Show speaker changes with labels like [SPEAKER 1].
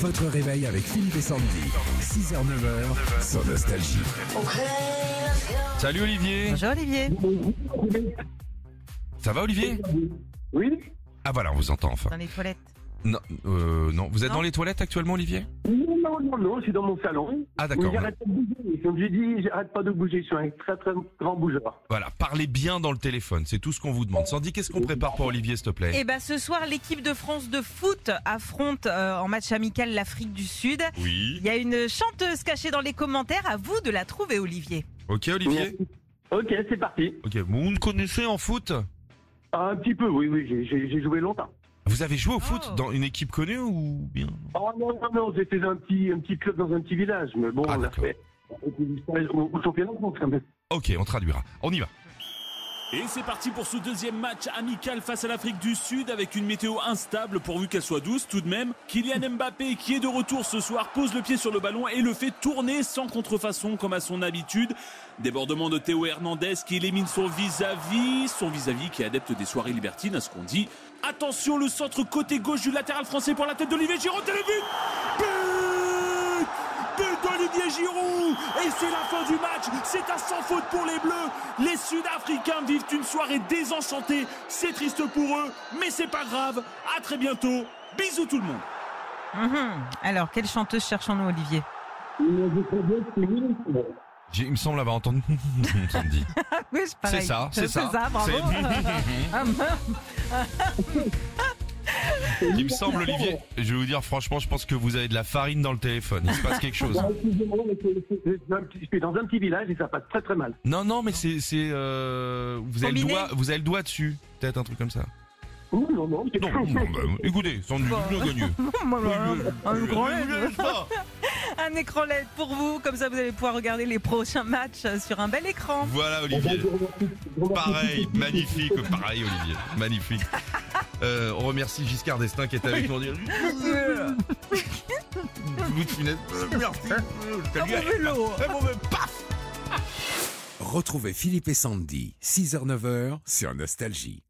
[SPEAKER 1] Votre réveil avec Philippe et Sandy. 6h, 9h, sans nostalgie.
[SPEAKER 2] Salut Olivier
[SPEAKER 3] Bonjour Olivier.
[SPEAKER 2] Ça va Olivier
[SPEAKER 4] Oui
[SPEAKER 2] Ah voilà, on vous entend enfin.
[SPEAKER 3] Dans les toilettes.
[SPEAKER 2] Non, euh, non. vous êtes
[SPEAKER 3] Non.
[SPEAKER 2] dans les toilettes actuellement Olivier
[SPEAKER 4] Non, non, non, non, je suis dans mon salon.
[SPEAKER 2] Ah
[SPEAKER 4] Mais
[SPEAKER 2] d'accord.
[SPEAKER 4] j'arrête pas de bouger. Comme j'ai dit, j'arrête pas de bouger. Je suis un très très grand bougeur.
[SPEAKER 2] Voilà, parlez bien dans le téléphone, c'est tout ce qu'on vous demande. Sandy, qu'est-ce qu'on prépare pour Olivier s'il te plaît
[SPEAKER 3] Et ben ce soir, l'équipe de France de foot affronte euh, en match amical l'Afrique du Sud.
[SPEAKER 2] Oui.
[SPEAKER 3] Il y a une chanteuse cachée dans les commentaires. À vous de la trouver, Olivier.
[SPEAKER 2] Ok Olivier
[SPEAKER 4] Ok, c'est parti.
[SPEAKER 2] Ok, vous ne connaissez en foot
[SPEAKER 4] Un petit peu, oui, oui, j'ai- j'ai j'ai joué longtemps.
[SPEAKER 2] Vous avez joué au foot
[SPEAKER 3] Oh.
[SPEAKER 2] dans une équipe connue ou bien
[SPEAKER 4] Oh non, non, non, j'ai fait un petit, un petit club dans un petit village, mais bon,
[SPEAKER 2] Ah,
[SPEAKER 4] on a
[SPEAKER 2] d'accord.
[SPEAKER 4] fait. on a fait du stage Au au championnat de France, quand même.
[SPEAKER 2] Ok, on traduira. On y va.
[SPEAKER 5] Et c'est parti pour ce deuxième match amical face à l'Afrique du Sud avec une météo instable pourvu qu'elle soit douce tout de même. Kylian Mbappé qui est de retour ce soir pose le pied sur le ballon et le fait tourner sans contrefaçon comme à son habitude. Débordement de Théo Hernandez qui élimine son vis-à-vis, son vis-à-vis qui est adepte des soirées libertines à ce qu'on dit. Attention le centre côté gauche du latéral français pour la tête d'Olivier Giroud et le but But But d'Olivier Giroud Et c'est la fin du match C'est à sans faute pour les Bleus Les Sud-Africains vivent une soirée désenchantée. C'est triste pour eux, mais c'est pas grave. À très bientôt. Bisous tout le monde
[SPEAKER 3] Mhm. Alors, quelle chanteuse cherchons-nous, Olivier
[SPEAKER 4] Mais je crois bien que c'est nul.
[SPEAKER 2] J'ai- Il me semble avoir entendu Sandy.
[SPEAKER 3] Oui, c'est pareil.
[SPEAKER 2] C'est ça, c'est ça.
[SPEAKER 3] bravo. Ah, mince.
[SPEAKER 2] Il me semble Olivier, je vais vous dire franchement, je pense que vous avez de la farine dans le téléphone. Il se passe quelque chose.
[SPEAKER 4] Ah, excusez-moi, mais c'est- c'est- c'est un petit- Je suis dans un petit village et ça passe très très mal.
[SPEAKER 2] Non, non, mais c'est, c'est, euh, vous avez
[SPEAKER 3] Combiné.
[SPEAKER 2] le doigt, vous avez le doigt dessus, peut-être un truc comme ça.
[SPEAKER 4] Non, non, non, c'est
[SPEAKER 2] Non, non, bah, écoutez, sans nul,
[SPEAKER 3] Bon.
[SPEAKER 2] bien gagné.
[SPEAKER 3] Moi, voilà, un écran LED.
[SPEAKER 2] Je lâche pas.
[SPEAKER 3] Un écran LED pour vous, comme ça vous allez pouvoir regarder les prochains matchs euh, sur un bel écran.
[SPEAKER 2] Voilà Olivier, pareil, magnifique, pareil Olivier, magnifique. Euh, on remercie Giscard d'Estaing qui était avec nous. Euh. Louis de Funès, euh, merci. euh, je te le dis,
[SPEAKER 3] vélo.
[SPEAKER 2] eh, bon, ben, paf
[SPEAKER 1] Retrouvez Philippe et Sandy, 6h, 9h, sur Nostalgie.